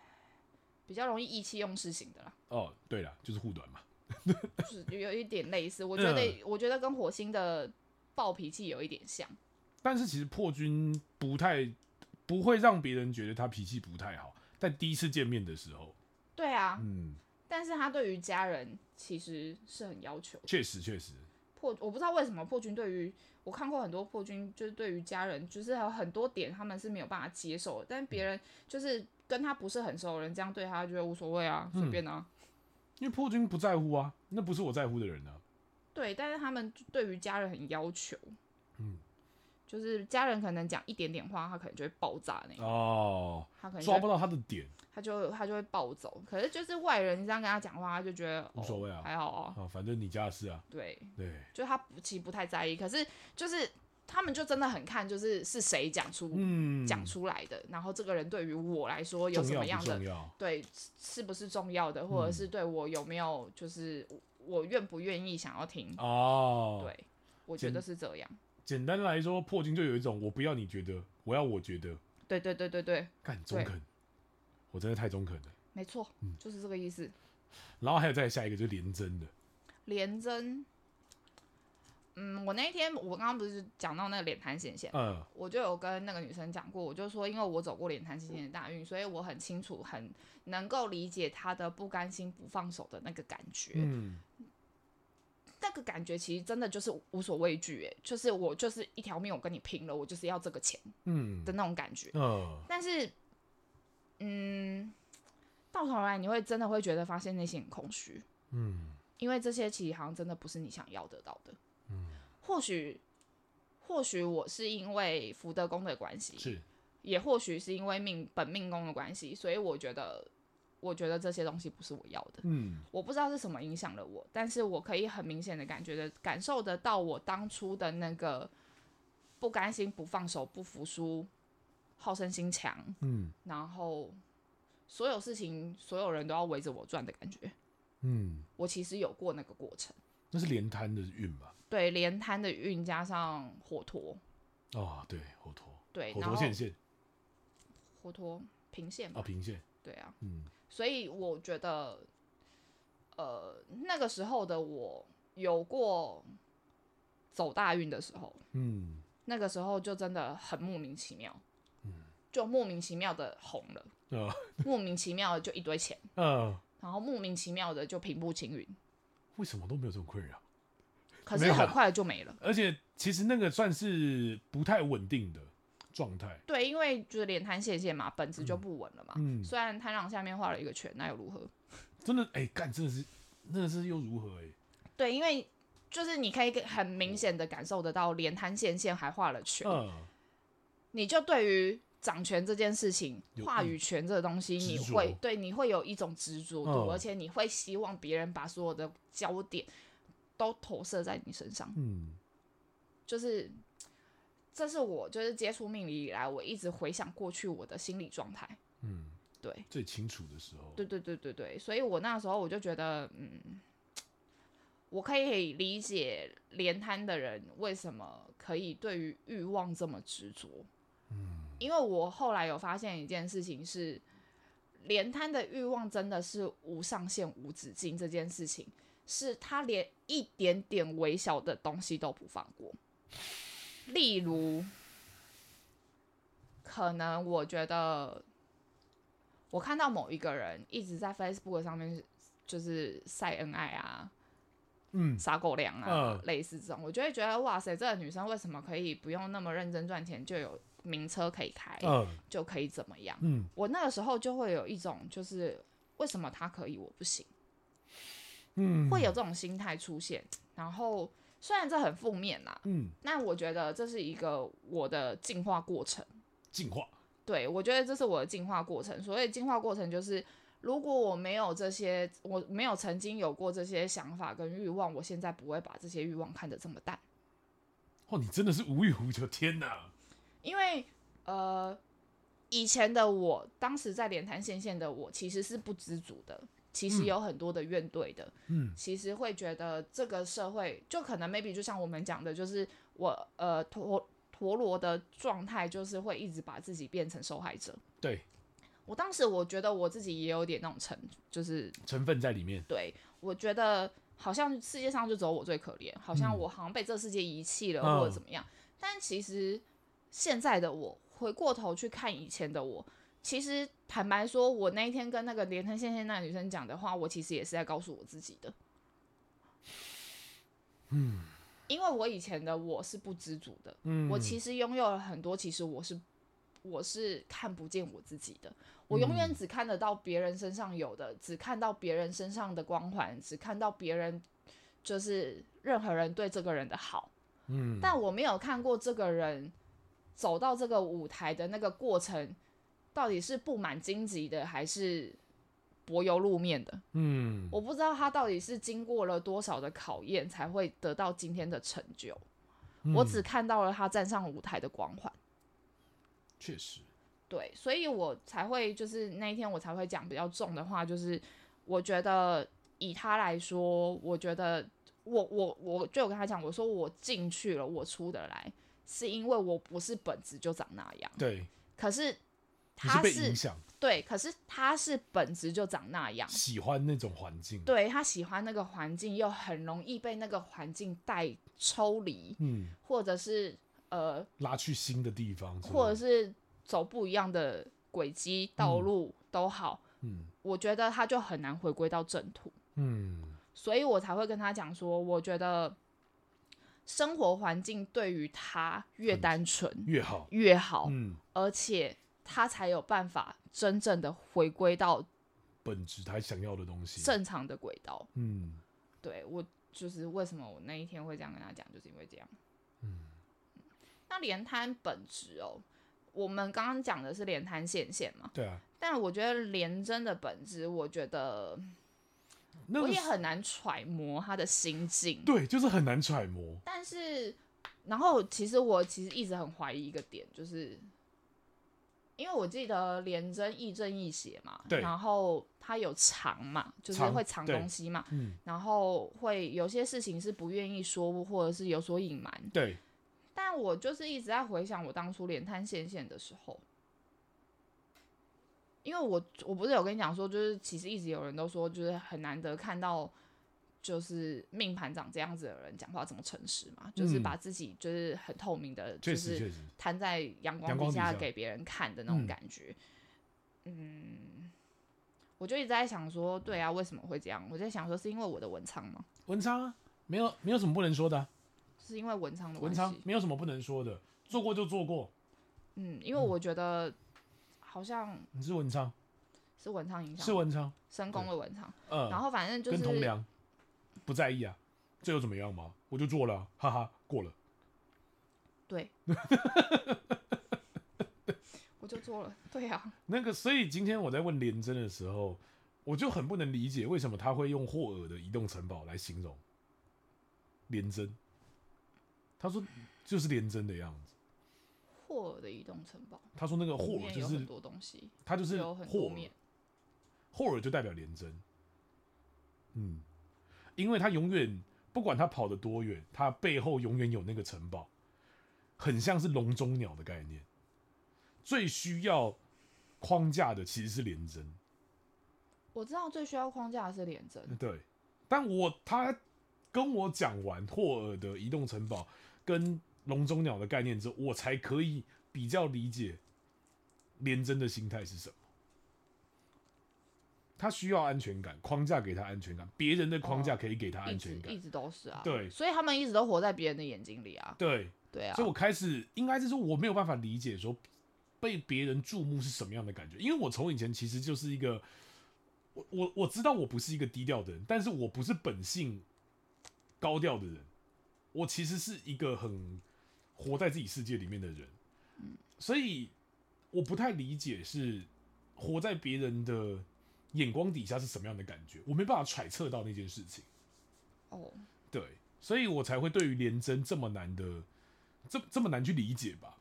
B: 比较容易意气用事型的啦，
A: 哦，对了，就是护短嘛。
B: 就是有一点类似。我觉
A: 嗯
B: 得，我觉得跟火星的暴脾气有一点像。
A: 但是其实破军不太不会让别人觉得他脾气不太好，在第一次见面的时候，
B: 对啊，
A: 嗯，
B: 但是他对于家人其实是很要求的。
A: 确实确实，
B: 破我不知道为什么破军对于我看过很多破军，就是对于家人，就是还有很多点他们是没有办法接受的，但
A: 嗯
B: 别人就是跟他不是很熟的人这样对他，觉得无所谓啊，
A: 嗯
B: 随便啊。
A: 因为破军不在乎啊，那不是我在乎的人啊。
B: 对，但是他们就对于家人很要求，
A: 嗯，
B: 就是家人可能讲一点点话，他可能就会爆炸那种，
A: 哦，
B: 他可能就
A: 抓
B: 会
A: 不到他的点，
B: 他就他就会暴走。可是就是外人这样跟他讲话，他就觉得
A: 无所谓啊
B: 哦，还好啊，
A: 啊，反正你家的事啊，
B: 对，
A: 对，
B: 就他不其实不太在意，可是就是他们就真的很看就是是谁讲出
A: 嗯，
B: 讲出来的，然后这个人对于我来说有
A: 重
B: 什
A: 要
B: 么
A: 不
B: 样的
A: 重要？嗯
B: 对是是不是重要的，或者是对我有没有就是我我愿不愿意想要听，
A: 哦，，
B: 对我觉
A: 简
B: 得是这样，
A: 简单来说，破军就有一种我不要你觉得，我要我觉得，
B: 对对对对对，
A: 干中肯，我真的太中肯了。
B: 没错，
A: 嗯
B: 就是这个意思。
A: 然后还有再下一个就是连真的，
B: 连真，嗯，我那一天我刚刚不是讲到那个脸瘫显现，
A: 嗯，
B: 我就有跟那个女生讲过，我就说，因为我走过脸瘫显现的大运，所以我很清楚，很能够理解她的不甘心、不放手的那个感觉。
A: 嗯，
B: 那个感觉其实真的就是无所畏惧，哎，就是我就是一条命，我跟你拼了，我就是要这个钱
A: 嗯，
B: 的那种感觉。
A: 嗯，
B: 但是，嗯，到头来你会真的会觉得发现内心很空虚，
A: 嗯，
B: 因为这些其实好像真的不是你想要得到的。嗯，或许，或许我是因为福德宫的关系，
A: 是，
B: 也或许是因为命本命宫的关系，所以我觉得，我觉得这些东西不是我要的。
A: 嗯，
B: 我不知道是什么影响了我，但是我可以很明显的感觉的感受得到我当初的那个不甘心、不放手、不服输、好胜心强，
A: 嗯，
B: 然后所有事情、所有人都要围着我转的感觉。
A: 嗯，
B: 我其实有过那个过程，
A: 那是连摊的运吧？
B: 对连摊的运加上火陀，
A: 哦，对，火陀，
B: 对，
A: 火
B: 然
A: 陀
B: 后
A: 线线
B: 火陀平线
A: 啊，
B: 嘛，
A: 平线，
B: 对啊，
A: 嗯，
B: 所以我觉得，呃，那个时候的我有过走大运的时候。
A: 嗯，
B: 那个时候就真的很莫名其妙，就莫名其妙的红了，
A: 呃，
B: 莫名其妙的就一堆钱，
A: 呃，
B: 然后莫名其妙的就平步青云，
A: 为什么都没有这种困扰？
B: 可
A: 没
B: 是
A: 有啊
B: 很
A: 啦
B: 快就没了。
A: 而且其实那个算是不太稳定的状态，
B: 对，因为就是连摊线线嘛，本质就不稳了嘛。
A: 嗯，
B: 虽然摊上下面画了一个圈，那又如何？
A: 真的，哎、干，真的是，真的是又如何、哎，
B: 对，因为就是你可以很明显的感受得到，连摊线线还画了圈，
A: 嗯，
B: 你就对于掌权这件事情
A: 有，嗯
B: 话语权这个东西，你
A: 执着
B: 会对你会有一种执着度，
A: 嗯
B: 而且你会希望别人把所有的焦点都投射在你身上，
A: 嗯，
B: 就是。这是我就是接触命理以来，我一直回想过去我的心理状态。
A: 嗯，
B: 对，
A: 最清楚的时候，
B: 对，对，对，对，对。所以我那时候我就觉得，嗯，我可以理解连摊的人为什么可以对于欲望这么执着。
A: 嗯，
B: 因为我后来有发现一件事情是，连摊的欲望真的是无上限、无止境。这件事情是他连一点点微小的东西都不放过，例如，可能我觉得我看到某一个人一直在 Facebook 上面就是晒恩爱啊。
A: 嗯，
B: 撒狗粮啊，
A: 嗯
B: 类似这种，我就会觉得哇塞，这个女生为什么可以不用那么认真赚钱就有名车可以开，
A: 嗯，
B: 就可以怎么样？
A: 嗯，
B: 我那个时候就会有一种就是为什么她可以我不行，
A: 嗯，
B: 会有这种心态出现。然后虽然这很负面啦，
A: 嗯，
B: 但我觉得这是一个我的进化过程。
A: 进化，
B: 对，我觉得这是我的进化过程。所谓进化过程，就是如果我没有这些，我没有曾经有过这些想法跟欲望，我现在不会把这些欲望看得这么淡。
A: 哦，你真的是无欲无求，天哪，
B: 因为呃，以前的我，当时在连谈线线的我，其实是不知足的，其实
A: 嗯
B: 有很多的怨怼的，
A: 嗯，
B: 其实会觉得这个社会就可能 maybe 就像我们讲的，就是我呃陀陀螺的状态，就是会一直把自己变成受害者。
A: 对，
B: 我当时我觉得我自己也有点那种成，就是
A: 成分在里面，
B: 对我觉得好像世界上就只有我最可怜，好像我好像被这世界遗弃了、
A: 嗯
B: 或者怎么样。但其实现在的我回过头去看以前的我，其实坦白说，我那一天跟那个连藤线线那个女生讲的话，我其实也是在告诉我自己的。
A: 嗯
B: 因为我以前的我是不知足的，
A: 嗯，
B: 我其实拥有了很多，其实我是我是看不见我自己的，我永
A: 嗯
B: 远只看得到别人身上有的，只看到别人身上的光环，只看到别人就是任何人对这个人的好，
A: 嗯，
B: 但我没有看过这个人走到这个舞台的那个过程，到底是布满荆棘的还是柏油路面的，
A: 嗯
B: 我不知道他到底是经过了多少的考验才会得到今天的成就。
A: 嗯
B: 我只看到了他站上舞台的光环，
A: 确实，
B: 对，所以我才会就是那一天我才会讲比较重的话，就是我觉得以他来说，我觉得我我我就有跟他讲，我说我进去了，我出得来，是因为我不是本质就长那样，
A: 对，
B: 可是
A: 你是
B: 他
A: 被
B: 是
A: 影响，
B: 对，可是他是本质就长那样，
A: 喜欢那种环境，，
B: 对他喜欢那个环境，又很容易被那个环境带抽离，
A: 嗯，
B: 或者是呃
A: 拉去新的地方之类的，
B: 或者是走不一样的轨迹、道路都好，
A: 嗯
B: 我觉得他就很难回归到正途，
A: 嗯
B: 所以我才会跟他讲说，我觉得生活环境对于他越
A: 很
B: 单纯
A: 越好，
B: 越好，
A: 嗯，
B: 而且他才有办法真正的回归到
A: 本质他想要的东西，
B: 正常的轨道。
A: 嗯
B: 对我就是为什么我那一天会这样跟他讲，就是因为这样。
A: 嗯
B: 那连摊本质哦，我们刚刚讲的是连摊线线嘛，
A: 对啊，
B: 但我觉得连真的本质，我觉得
A: 那
B: 我
A: 个
B: 也
A: 是
B: 很难揣摩他的心境。
A: 对，就是很难揣摩，
B: 但是，然后其实我其实一直很怀疑一个点，就是因为我记得连真亦正亦邪嘛，
A: 对
B: 然后他有藏嘛，就是
A: 藏
B: 会藏
A: 对
B: 东西嘛，
A: 嗯，
B: 然后会有些事情是不愿意说，或者是有所隐瞒。
A: 对，
B: 但我就是一直在回想我当初连摊线线的时候，因为我我不是有跟你讲说，就是其实一直有人都说，就是很难得看到就是命盘长这样子的人讲话这么诚实嘛，就是
A: 嗯
B: 把自己就是很透明的，
A: 确
B: 就
A: 实
B: 是
A: 确实，
B: 摊在阳光
A: 阳光
B: 底
A: 底
B: 下
A: 下
B: 给别人看的那种
A: 嗯
B: 感觉。嗯，我就一直在想说，对啊，为什么会这样？我在想说，是因为我的文昌吗？
A: 文昌啊，没有没有什么不能说的啊、
B: 是因为文昌的关
A: 文
B: 系？
A: 昌没有什么不能说的，做过就做过，
B: 嗯，因为我觉得好像
A: 你是文昌，
B: 是文昌影
A: 是
B: 响，
A: 文昌，
B: 深宫的文昌。
A: 嗯、
B: 然后反正就
A: 跟同
B: 是
A: 梁不在意啊，这又怎么样嘛？我就做了啊、哈哈，过了， [laughs]
B: 对，我就做了。对啊，
A: 那个，所以今天我在问连真的时候，我就很不能理解为什么他会用霍尔的移动城堡来形容连真。他说就是连真的样子。
B: 霍尔的移动城堡
A: 他说那个
B: 里
A: 霍尔
B: 面
A: 就
B: 有很
A: 是
B: 多东西，
A: 他就是
B: 有很多
A: 霍尔
B: 面，。
A: 霍尔就代表连真。嗯，因为他永远不管他跑得多远，他背后永远有那个城堡，很像是笼中鸟的概念。最需要框架的其实是连真。
B: 我知道最需要框架的是廉
A: 嗯
B: 贞，
A: 对，但我他跟我讲完霍尔的移动城堡跟笼中鸟的概念之后，我才可以比较理解连真的心态是什么。他需要安全感，框架给他安全感，别人的框架可以给他
B: 一
A: 安
B: 直
A: 全感。
B: 哦一直都是啊。
A: 对
B: 所以他们一直都活在别人的眼睛里啊。
A: 对，
B: 对啊
A: 所，以我开始应该是说我没有办法理解说被别人注目是什么样的感觉，因为我从以前其实就是一个，我我我知道我不是一个低调的人，但是我不是本性高调的人，我其实是一个很活在自己世界里面的人，所以我不太理解是活在别人的眼光底下是什么样的感觉，我没办法揣测到那件事情。
B: 哦，
A: 对，所以我才会对于连真这么难的，这这么难去理解吧。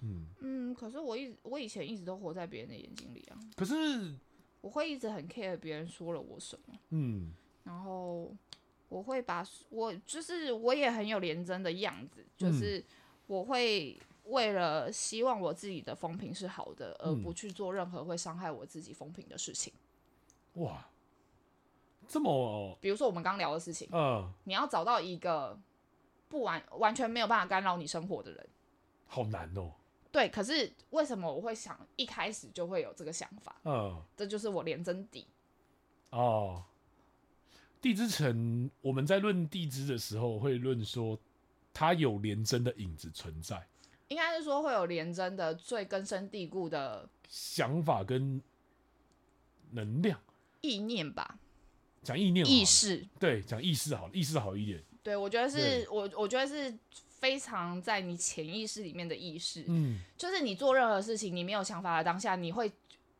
A: 嗯，
B: 嗯，可是我一直我以前一直都活在别人的眼睛里啊，
A: 可是，
B: 我会一直很 care 别人说了我什么。
A: 嗯
B: 然后我会把我就是我也很有廉贞的样子，就
A: 嗯
B: 是我会为了希望我自己的风评是好的，而
A: 嗯
B: 不去做任何会伤害我自己风评的事情。
A: 哇，这么
B: 比如说我们刚聊的事情，
A: 呃，
B: 你要找到一个不完完全没有办法干扰你生活的人，
A: 好难哦。
B: 对，可是为什么我会想一开始就会有这个想法？
A: 嗯，
B: 这就是我连真谛。
A: 哦，地之城，我们在论地之的时候会论说，它有廉贞的影子存在，
B: 应该是说会有连真的最根深蒂固的
A: 想法跟能量，
B: 意念吧，
A: 讲意念好了
B: 意识。
A: 对，讲意识好了，意识好一点，
B: 对，我觉得
A: 对
B: 是我，我觉得是非常在你潜意识里面的意识，
A: 嗯，
B: 就是你做任何事情，你没有想法的当下，你会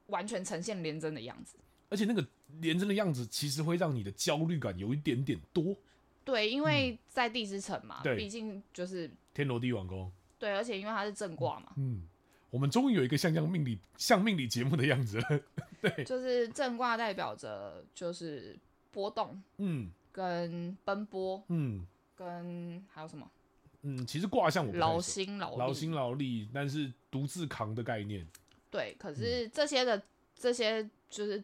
B: 完全呈现连真的样子。
A: 而且那个廉贞的样子，其实会让你的焦虑感有一点点多。
B: 对，因为在地之城嘛，
A: 嗯对
B: 毕竟就是
A: 天罗地网宫，
B: 对，而且因为它是正卦嘛，
A: 嗯，我们终于有一个像样命理像命理节目的样子了，
B: 就是正卦代表着就是波动、
A: 嗯
B: 跟奔波、
A: 嗯
B: 跟还有什么
A: 嗯，其实卦象我不太
B: 劳
A: 熟
B: 心劳力。
A: 劳心劳力，但是独自扛的概念，嗯
B: 对，可是这些的、这些就是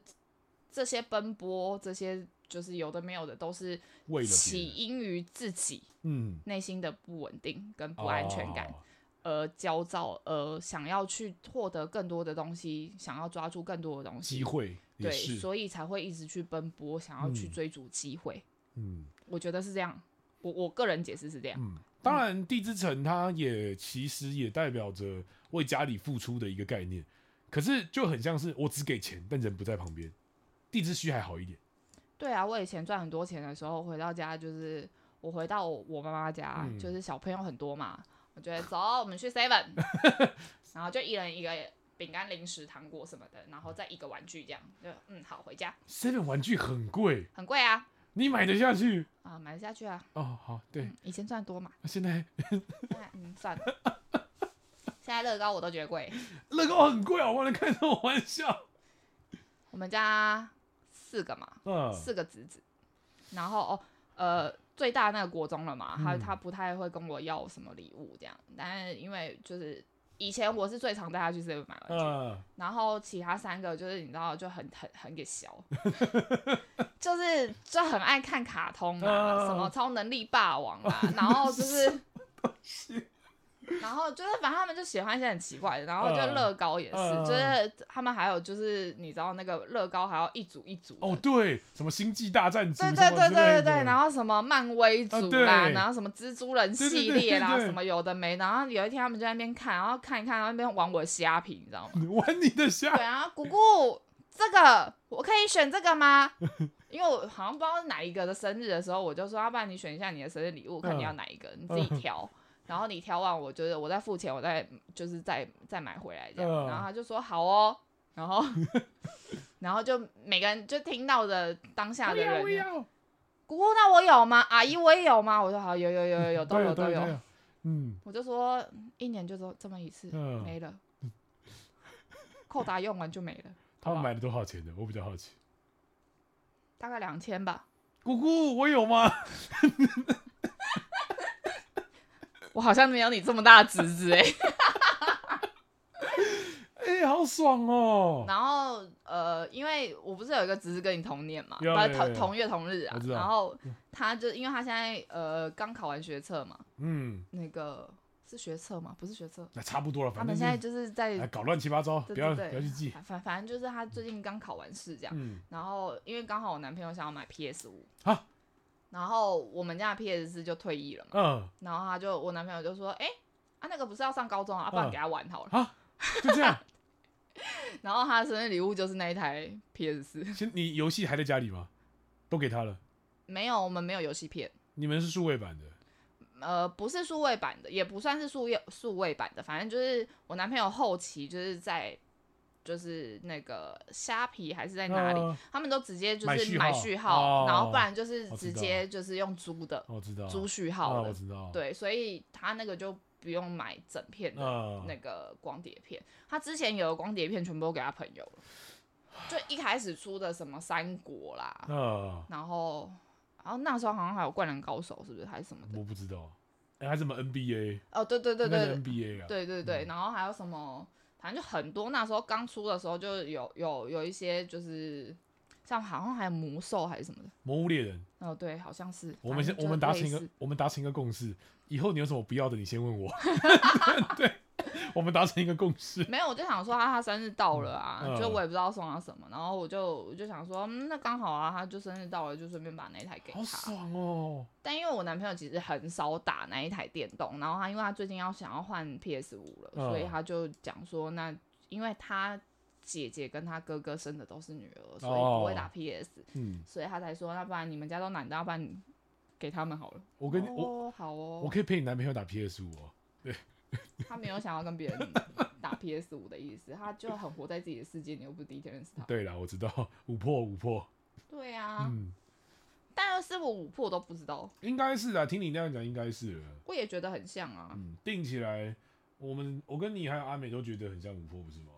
B: 这些奔波，这些就是有的没有的，都是
A: 为了别
B: 起
A: 人，
B: 因于自己
A: 嗯，
B: 内心的不稳定跟不安全感，
A: 哦
B: 而焦躁，而想要去获得更多的东西，想要抓住更多的东
A: 机
B: 西，
A: 会也
B: 对，
A: 是，
B: 所以才会一直去奔波，想要去
A: 嗯
B: 追逐机会。
A: 嗯
B: 我觉得是这样，我我个人解释是这样。
A: 嗯。当然，地之城它也其实也代表着为家里付出的一个概念，可是就很像是我只给钱，但人不在旁边。地之虚还好一点，
B: 对啊，我以前赚很多钱的时候，回到家就是我回到我我妈妈家，
A: 嗯
B: 就是小朋友很多嘛，我觉得走，我们去 Seven，然后就一人一个饼干、零食、糖果什么的，然后再一个玩具这样，就嗯好回家，
A: seven 玩具很贵，
B: 很贵啊
A: 你买得下去？
B: 啊买得下去啊，
A: 哦，好，对，
B: 嗯以前赚多嘛，
A: 现在
B: 现在嗯算了，现在乐高我都觉得贵，
A: 乐高很贵啊，我能开这种玩笑。
B: 我们家四个嘛，
A: 嗯，
B: 四个侄子，然后哦，呃，最大那个国中了嘛，他
A: 嗯
B: 他不太会跟我要什么礼物这样，但是因为就是以前我是最常带他去 seven 买玩具，
A: 嗯，
B: 然后其他三个就是你知道就很很很
A: [laughs]
B: 给削，就是就很爱看卡通啊，
A: 啊
B: 什么超能力霸王啊，然后
A: [laughs]
B: 就是。然后就是，反正他们就喜欢一些很奇怪的，然后就
A: 嗯
B: 乐高也是，
A: 嗯
B: 就是他们还有就是，你知道那个乐高还要一组一组的
A: 哦，对，什么星际大战组
B: 对
A: 什么
B: 对对
A: 之
B: 对
A: 类
B: 对对，
A: 的啊
B: 然后什么漫威组
A: 对
B: 啦，然后什么蜘蛛人
A: 对对
B: 系
A: 对
B: 列啦，
A: 对对
B: 什么有的没，然后有一天他们就在那边看，然后看一看，然后那边玩我的虾皮，你知道
A: [laughs]
B: 吗？
A: 玩你的
B: 对，
A: 虾，
B: 然后姑姑，这个我可以选这
A: [laughs]
B: 个吗？因为我好像不知道是哪一个的生日的时候，我就说，要不然你选一下你的生日礼物，看你
A: 嗯
B: 要哪一个，你自己挑。然后你挑完，我觉得我再付钱，我再就是再再买回来这样。
A: 嗯
B: 然后他就说好哦，然后 [laughs] 然后就每个人就听到的当下
A: 我
B: 的
A: 要
B: 人
A: 我要，
B: 姑姑，那我有吗？阿姨，我也有吗？我说好，有有有有有，都有
A: 对
B: 都有。，
A: 嗯
B: 我就说嗯一年就这这么一次，
A: 嗯，
B: 没了。扣打用完就没了，
A: 他
B: 好
A: 们
B: 吧
A: 买了多少钱的？我比较好奇。
B: 大概两千吧。
A: 姑姑，我有吗？
B: 我好像没有你这么大的侄子哎、
A: [laughs] 哎，好爽 [laughs] 哦！
B: 然后呃，因为我不是有一个侄子跟你同年嘛，
A: 有
B: 不是
A: 有有
B: 同
A: 有
B: 同月同日啊
A: 我。知道嗯
B: 然后他就因为他现在呃刚考完学测嘛，
A: 嗯，
B: 那个是学测吗？不是学测，
A: 那差不多了，
B: 他
A: 反
B: 们
A: 正
B: 现在
A: 就
B: 就是在
A: 哎搞乱七八糟，
B: 对
A: 不要不
B: 对对
A: 要去记。
B: 反反反正就是他最近刚考完试这样。
A: 嗯，
B: 然后因为刚好我男朋友想要买 PS 五
A: 啊
B: 然后我们家的 PS 四就退役了嘛，
A: 嗯，
B: 然后他就我男朋友就说，哎、啊那个不是要上高中啊，啊不然
A: 嗯
B: 给他玩好了。
A: 就这样。 [laughs]
B: 然后他的生日礼物就是那一台 PS 四，
A: 先，你游戏还在家里吗？都给他了。
B: 没有我们没有游戏片，
A: 你们是数位版的，
B: 呃不是数位版的，也不算是数位数位版的，反正就是我男朋友后期就是在。就是那个虾皮还是在哪里，
A: 嗯
B: 他们都直接就
A: 买
B: 是
A: 序
B: 买
A: 号
B: 序
A: 哦
B: 然后不然就是
A: 我知
B: 直
A: 道
B: 接就是用租的，
A: 我知道。
B: 租序
A: 啊，
B: 号的
A: 我，知道。，
B: 对，所以他那个就不用买整片的
A: 嗯，
B: 那个光碟片。他之前有的光碟片全部都给他朋友了，就一开始出的什么三国啦，
A: 嗯，
B: 然后然后那时候好像还有灌篮高手是不是还是什么的？
A: 我不知道。哎，还什么 NBA？
B: 哦，对对对
A: 应该
B: 对
A: 是 NBA 啊。
B: 对对对，然后还有什么，反正就很多。那时候刚出的时候就有有有一些就是像好像还有魔兽还是什么的。
A: 魔物猎人，
B: 哦，对，好像是。
A: 我们
B: 反正
A: 先
B: 就
A: 我们达
B: 类
A: 成一个
B: 似 [laughs]
A: 我们达成一个共识，以后你有什么不要的，你先问我。我们达成一个共识。
B: 没有，我就想说他啊他生日到了啊，
A: 嗯
B: 就我也不知道送他什么，然后我就我就想说，嗯、那刚好啊，他就生日到了，就顺便把那一台给
A: 好
B: 他。
A: 爽哦！
B: 但因为我男朋友其实很少打那一台电动，然后他因为他最近要想要换 PS 五了，所以
A: 嗯
B: 他就讲说，那因为他姐姐跟他哥哥生的都是女儿，所以
A: 哦
B: 不会打 PS，、
A: 嗯，
B: 所以他才说，那不然你们家都男的，要不然你给他们好了。
A: 我跟你、
B: 哦，好
A: 我我
B: 哦，
A: 可以陪你男朋友打 PS 五哦。
B: 他没有想要跟别人打 PS 五的意思，他就很活在自己的世界，你又不是第一天认识他。
A: 对啦，我知道 [laughs] 五破五破，
B: 对啊，
A: 嗯，
B: 但是我五破都不知道，
A: 应该是啊，听你那样讲应该是了。
B: 我也觉得很像啊。
A: 嗯，定起来，我们我跟你还有阿美都觉得很像五破，不是吗？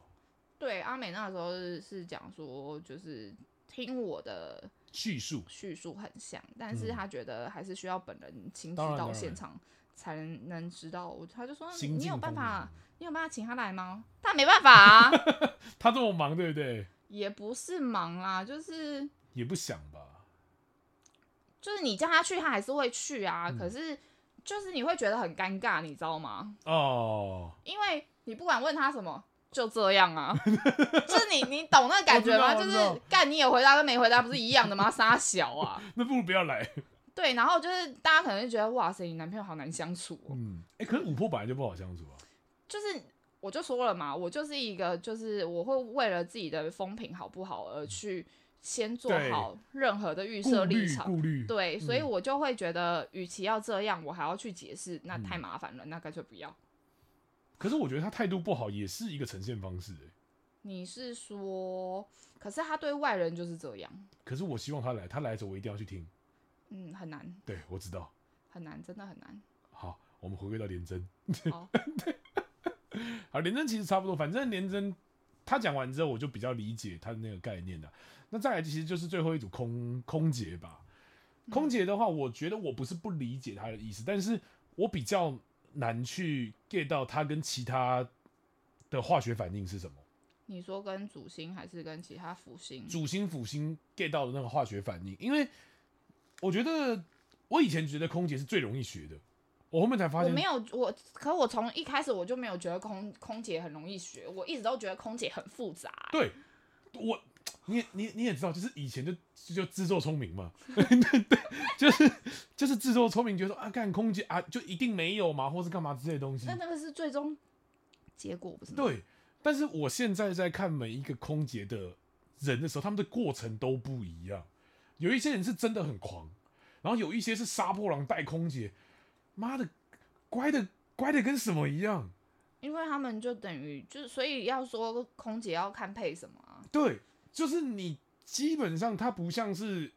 B: 对，阿美那时候是是讲说，就是听我的
A: 叙述，
B: 叙述很像，但是
A: 嗯
B: 他觉得还是需要本人亲自
A: 当然当
B: 到
A: 然
B: 现场才能能知道。他就说
A: 心
B: 你
A: 境
B: 有办
A: 方面
B: 法，你有办法请他来吗？但没办
A: [laughs]
B: 法啊，
A: 他这么忙，对不对？
B: 也不是忙啦，就是
A: 也不想吧？
B: 就是你叫他去，他还是会去啊。
A: 嗯
B: 可是就是你会觉得很尴尬，你知道吗？
A: 哦，
B: 因为你不管问他什么，就这样啊， [laughs] 就是你你懂那感觉
A: 我
B: 吗？就
A: 知
B: 是
A: 道我知道
B: 干你有回答跟没回答不是一样的吗？ [laughs] 傻小啊，
A: [laughs] 那不如不要来。
B: 对，然后就是大家可能就觉得哇塞，你男朋友好难相处、哦，
A: 嗯，哎、可是五破本来就不好相处啊。
B: 就是。我就说了嘛，我就是一个，就是我会为了自己的风评好不好而去先做
A: 对
B: 好任何的预
A: 顾
B: 设
A: 虑
B: 立场，
A: 顾虑，
B: 对，所以
A: 嗯
B: 我就会觉得，与其要这样，我还要去解释，那
A: 嗯
B: 太麻烦了，那干脆不要。
A: 可是我觉得他态度不好也是一个呈现方式、欸。
B: 你是说，可是他对外人就是这样，
A: 可是我希望他来，他来的时候我一定要去听。
B: 嗯，很难，
A: 对，我知道。
B: 很难，真的
A: [laughs]
B: 很难。哦
A: 好，我们回归到廉贞。
B: 好，
A: 好，廉贞其实差不多，反正廉贞他讲完之后，我就比较理解他的那个概念了。那再来，其实就是最后一组空空姐吧。
B: 嗯
A: 空姐的话，我觉得我不是不理解她的意思，但是我比较难去 get 到她跟其他的化学反应是什么。
B: 你说跟主星还是跟其他辅星？
A: 主星辅星 get 到的那个化学反应，因为我觉得我以前觉得空姐是最容易学的，我后面才发
B: 我
A: 现
B: 没有，我可我从一开始我就没有觉得空空姐很容易学，我一直都觉得空姐很复杂。
A: 对我，你也你也你也知道，就是以前就就自作聪明
B: [laughs]
A: 嘛，对，就是就是自作聪明，觉得说啊，干空姐啊，就一定没有嘛，或是干嘛之类的东西
B: 那，那个是最终结果，不是吗？
A: 嗯对。但是我现在在看每一个空姐的人的时候，他们的过程都不一样。有一些人是真的很狂，然后有一些是杀破狼带空姐，妈的，乖的乖的跟什么一样。
B: 因为他们就等于就是，所以要说空姐要看配什么啊？
A: 对，就是你基本上它不像是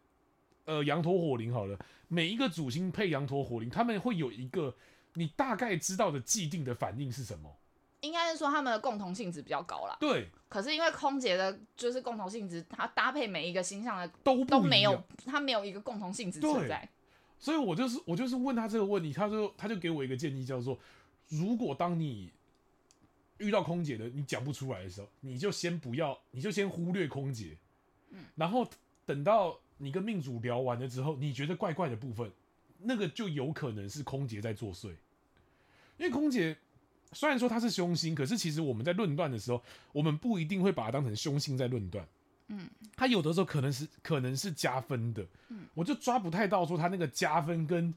A: 呃羊驼火灵好了，每一个主星配羊驼火灵，他们会有一个你大概知道的既定的反应是什么。
B: 应该是说他们的共同性质比较高啦。
A: 对，
B: 可是因为空姐的就是共同性质，它搭配每一个星象的
A: 都不
B: 都
A: 一
B: 没有
A: 样，
B: 它没有一个共同性质
A: 对
B: 存在。
A: 所以我就是我就是问他这个问题，他就他就给我一个建议，叫做如果当你遇到空姐的你讲不出来的时候，你就先不要，你就先忽略空姐，嗯，然后等到你跟命主聊完了之后，你觉得怪怪的部分，那个就有可能是空姐在作祟，因为空姐。虽然说她是凶星，可是其实我们在论断的时候，我们不一定会把它当成凶星在论断。
B: 嗯，
A: 她有的时候可能是可能是加分的，我就抓不太到说他那个加分跟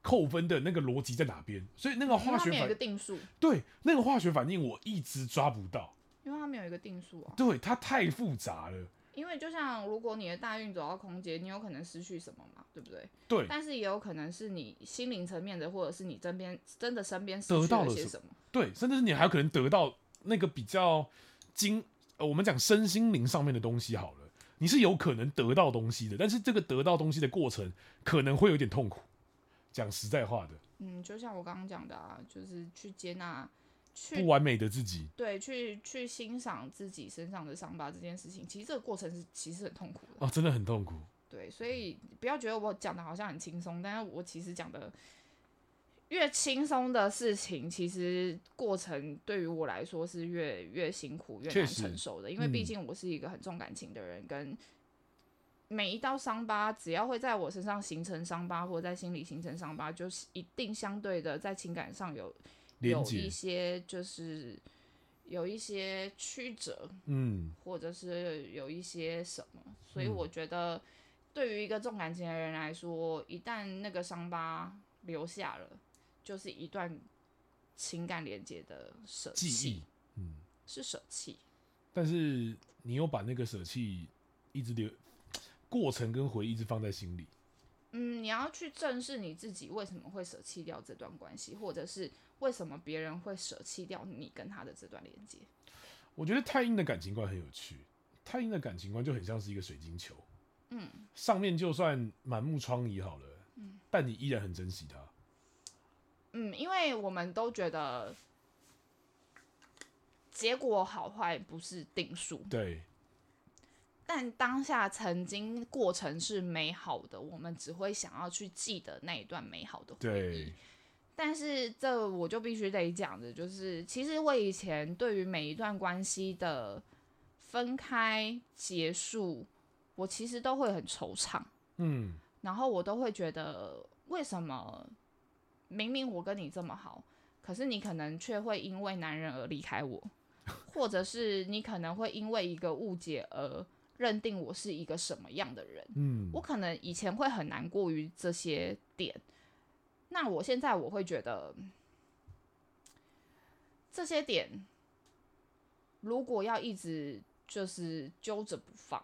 A: 扣分的那个逻辑在哪边，所以那个
B: 因为
A: 化
B: 它
A: 哦学
B: 没有一
A: 反
B: 个定数，
A: 对那个化学反应我一直抓不到，
B: 因为它没有一个定数啊。
A: 对它太复杂了，
B: 因为就像如果你的大运走到空姐，你有可能失去什么嘛，对不对？
A: 对
B: 但是也有可能是你心灵层面的，或者是你身边真的身边失
A: 得
B: 去
A: 到
B: 了
A: 了
B: 些
A: 什
B: 什么。
A: 对，甚至是你还有可能得到那个比较精，呃，我们讲身心灵上面的东西好了，你是有可能得到东西的，但是这个得到东西的过程可能会有点痛苦，讲实在话的，
B: 嗯，就像我刚刚讲的啊，就是去接纳，
A: 不
B: 去
A: 完美的自己，
B: 对，去去欣赏自己身上的伤疤这件事情，其实这个过程是其实很痛苦的。
A: 哦，真的很痛苦，
B: 对，所以不要觉得我讲的好像很轻松，但是我其实讲的越轻松的事情，其实过程对于我来说是越越辛苦、越
A: 确
B: 难
A: 实
B: 承受的，因为毕
A: 嗯
B: 竟我是一个很重感情的人，跟每一道伤疤，只要会在我身上形成伤疤，或者在心里形成伤疤，就是一定相对的在情感上有
A: 连
B: 有
A: 接
B: 一些就是有一些曲折，
A: 嗯
B: 或者是有一些什么，所以我觉得对于一个重感情的人来说，一旦那个伤疤留下了，就是一段情感连接的舍
A: 记
B: 弃
A: 忆，，嗯，
B: 是舍弃。
A: 但是你又把那个舍弃一直留，过程跟回忆一直放在心里，
B: 嗯，你要去正视你自己为什么会舍弃掉这段关系，或者是为什么别人会舍弃掉你跟他的这段连接。
A: 我觉得太硬的感情观很有趣，太硬的感情观就很像是一个水晶球，嗯，上面就算满目疮痍好了，嗯，但你依然很珍惜它，
B: 嗯，因为我们都觉得结果好坏不是定数，
A: 对，
B: 但当下曾经过程是美好的，我们只会想要去记得那一段美好的回忆
A: 对。，
B: 但是这我就必须得讲的，就是其实我以前对于每一段关系的分开结束，我其实都会很惆怅，
A: 嗯，
B: 然后我都会觉得为什么明明我跟你这么好，可是你可能却会因为男人而离开我，或者是你可能会因为一个误解而认定我是一个什么样的人。
A: 嗯，
B: 我可能以前会很难过于这些点，那我现在我会觉得嗯这些点如果要一直就是揪着不放，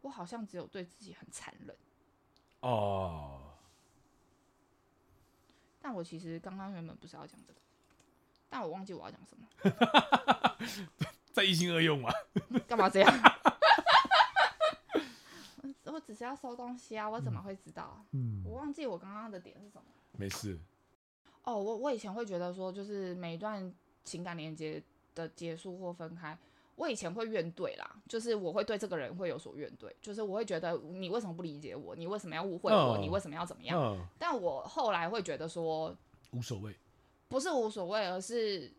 B: 我好像只有对自己很残忍。
A: 哦，
B: 但我其实刚刚原本不是要讲这个，但我忘记我要讲什么了，
A: 在一心二用嘛，
B: 干嘛这样？ [laughs] 我我只是要收东西啊，我怎么会知道啊？
A: 嗯，
B: 我忘记我刚刚的点是什么。
A: 没事，
B: 哦，我我以前会觉得说，就是每一段情感连接的结束或分开，我以前会怨怼啦，就是我会对这个人会有所怨怼，就是我会觉得你为什么不理解我，你为什么要误会我，
A: 哦
B: 你为什么要怎么样？
A: 嗯，
B: 但我后来会觉得说，
A: 无所谓，
B: 不是无所谓，而是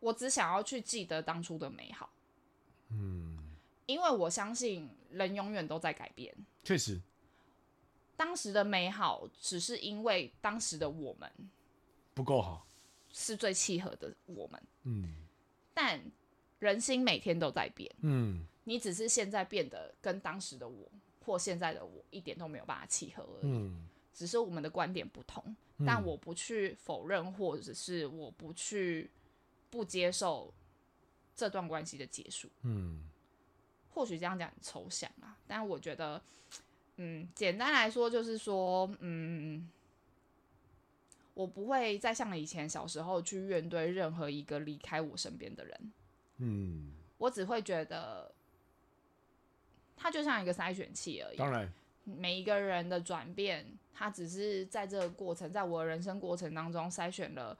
B: 我只想要去记得当初的美好，
A: 嗯，
B: 因为我相信人永远都在改变。
A: 确实，
B: 当时的美好，只是因为当时的我们
A: 不够好，
B: 是最契合的我们，
A: 嗯
B: 但人心每天都在变，
A: 嗯
B: 你只是现在变得跟当时的我或现在的我一点都没有办法契合而已，
A: 嗯，
B: 只是我们的观点不同。
A: 嗯
B: 但我不去否认，或者是我不去不接受这段关系的结束。
A: 嗯
B: 或许这样讲很抽象啊，但我觉得，嗯，简单来说就是说，嗯，我不会再像以前小时候去怨对任何一个离开我身边的人，
A: 嗯，
B: 我只会觉得，他就像一个筛选器而已。
A: 当然，
B: 每一个人的转变，他只是在这个过程，在我的人生过程当中筛选了，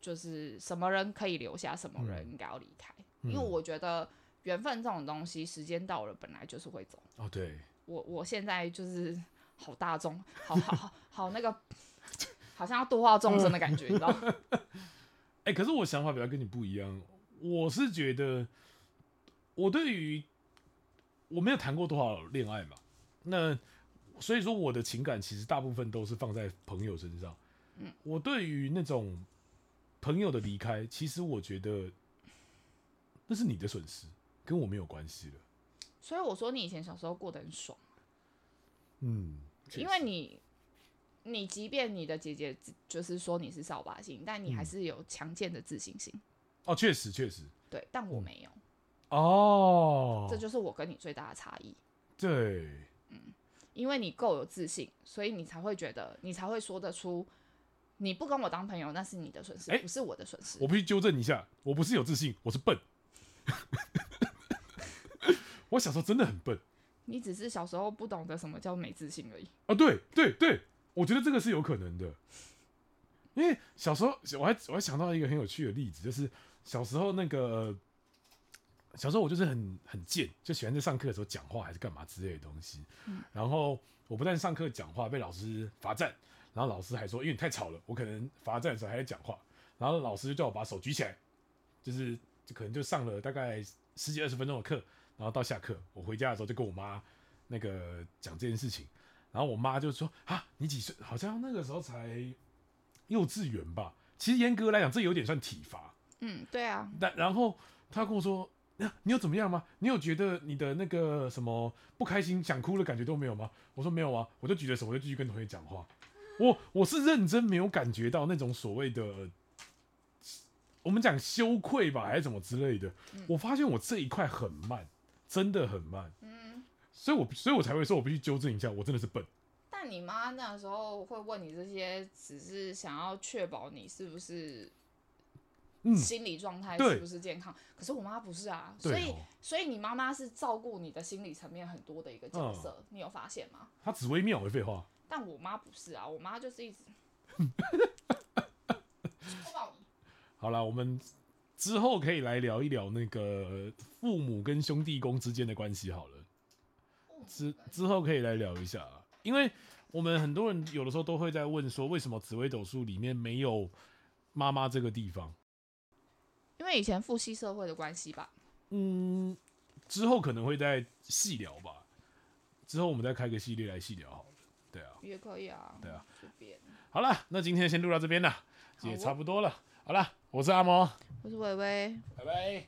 B: 就是什么人可以留下，什么人应该要离开。
A: 嗯
B: 因为我觉得缘分这种东西，时间到了本来就是会走。
A: 哦对，
B: 我我现在就是好大众，好好好好那个， [laughs] 好像要度化众生的感觉，你知道吗？ [laughs]
A: 哎、可是我想法比较跟你不一样，我是觉得我对于我没有谈过多少恋爱嘛，那所以说我的情感其实大部分都是放在朋友身上。嗯，我对于那种朋友的离开，其实我觉得那是你的损失，跟我没有关系了。
B: 所以我说你以前小时候过得很爽，
A: 嗯，确
B: 因
A: 实
B: 为你。你即便你的姐姐只就是说你是扫把星，但你还
A: 嗯
B: 是有强健的自信心。
A: 哦，确实确实
B: 对，但我没有，
A: 嗯哦
B: 这，就是我跟你最大的差异。
A: 对，
B: 因为你够有自信，所以你才会觉得，你才会说得出，你不跟我当朋友，那是你的损失，
A: 哎
B: 不是我的损失。
A: 我必须纠正一下，我不是有自信，我是笨。 [laughs] 我小时候真的很笨
B: 你只是小时候不懂得什么叫没自信而已。
A: 啊！对对对，我觉得这个是有可能的，因为小时候我还我还想到一个很有趣的例子，就是小时候那个小时候我就是很很贱，就喜欢在上课的时候讲话还是干嘛之类的东西。然后我不但上课讲话被老师罚站，然后老师还说因为你太吵了，我可能罚站的时候还在讲话，然后老师就叫我把手举起来，就是就可能就上了大概十几二十分钟的课，然后到下课我回家的时候就跟我妈那个讲这件事情，然后我妈就说啊你几岁？好像那个时候才幼稚园吧。其实严格来讲，这有点算体罚。
B: 嗯，对啊，
A: 但然后他跟我说：“那、你有怎么样吗？你有觉得你的那个什么不开心、想哭的感觉都没有吗？”我说：“没有啊。”我就举着手，我就继续跟同学讲话。我我是认真没有感觉到那种所谓的，我们讲羞愧吧，还是什么之类的。我发现我这一块很慢，真的很慢。
B: 嗯。
A: 所以我所以我才会说我必须纠正一下，我真的是笨。
B: 但你妈那时候会问你这些，只是想要确保你是不是
A: 嗯
B: 心理状态
A: 对
B: 是不是健康。可是我妈不是啊，
A: 对
B: 所以
A: 哦
B: 所以你妈妈是照顾你的心理层面很多的一个角色，
A: 嗯
B: 你有发现吗？
A: 他紫薇庙会废话。
B: 但我妈不是啊，我妈就是
A: [laughs]
B: 一直。戳爆你
A: 好啦，我们之后可以来聊一聊那个父母跟兄弟公之间的关系好了，之之后可以来聊一下啊，因为我们很多人有的时候都会在问说，为什么紫微斗数里面没有妈妈这个地方？
B: 因为以前父系社会的关系吧，
A: 嗯，之后可能会再细聊吧，之后我们再开个系列来细聊好了。对啊，
B: 也可以啊。
A: 对啊，
B: 随便。
A: 好啦，那今天先录到这边啦，
B: 好
A: 也
B: 哦
A: 差不多了。好啦，我是阿猫，
B: 我是微微，
A: 拜拜。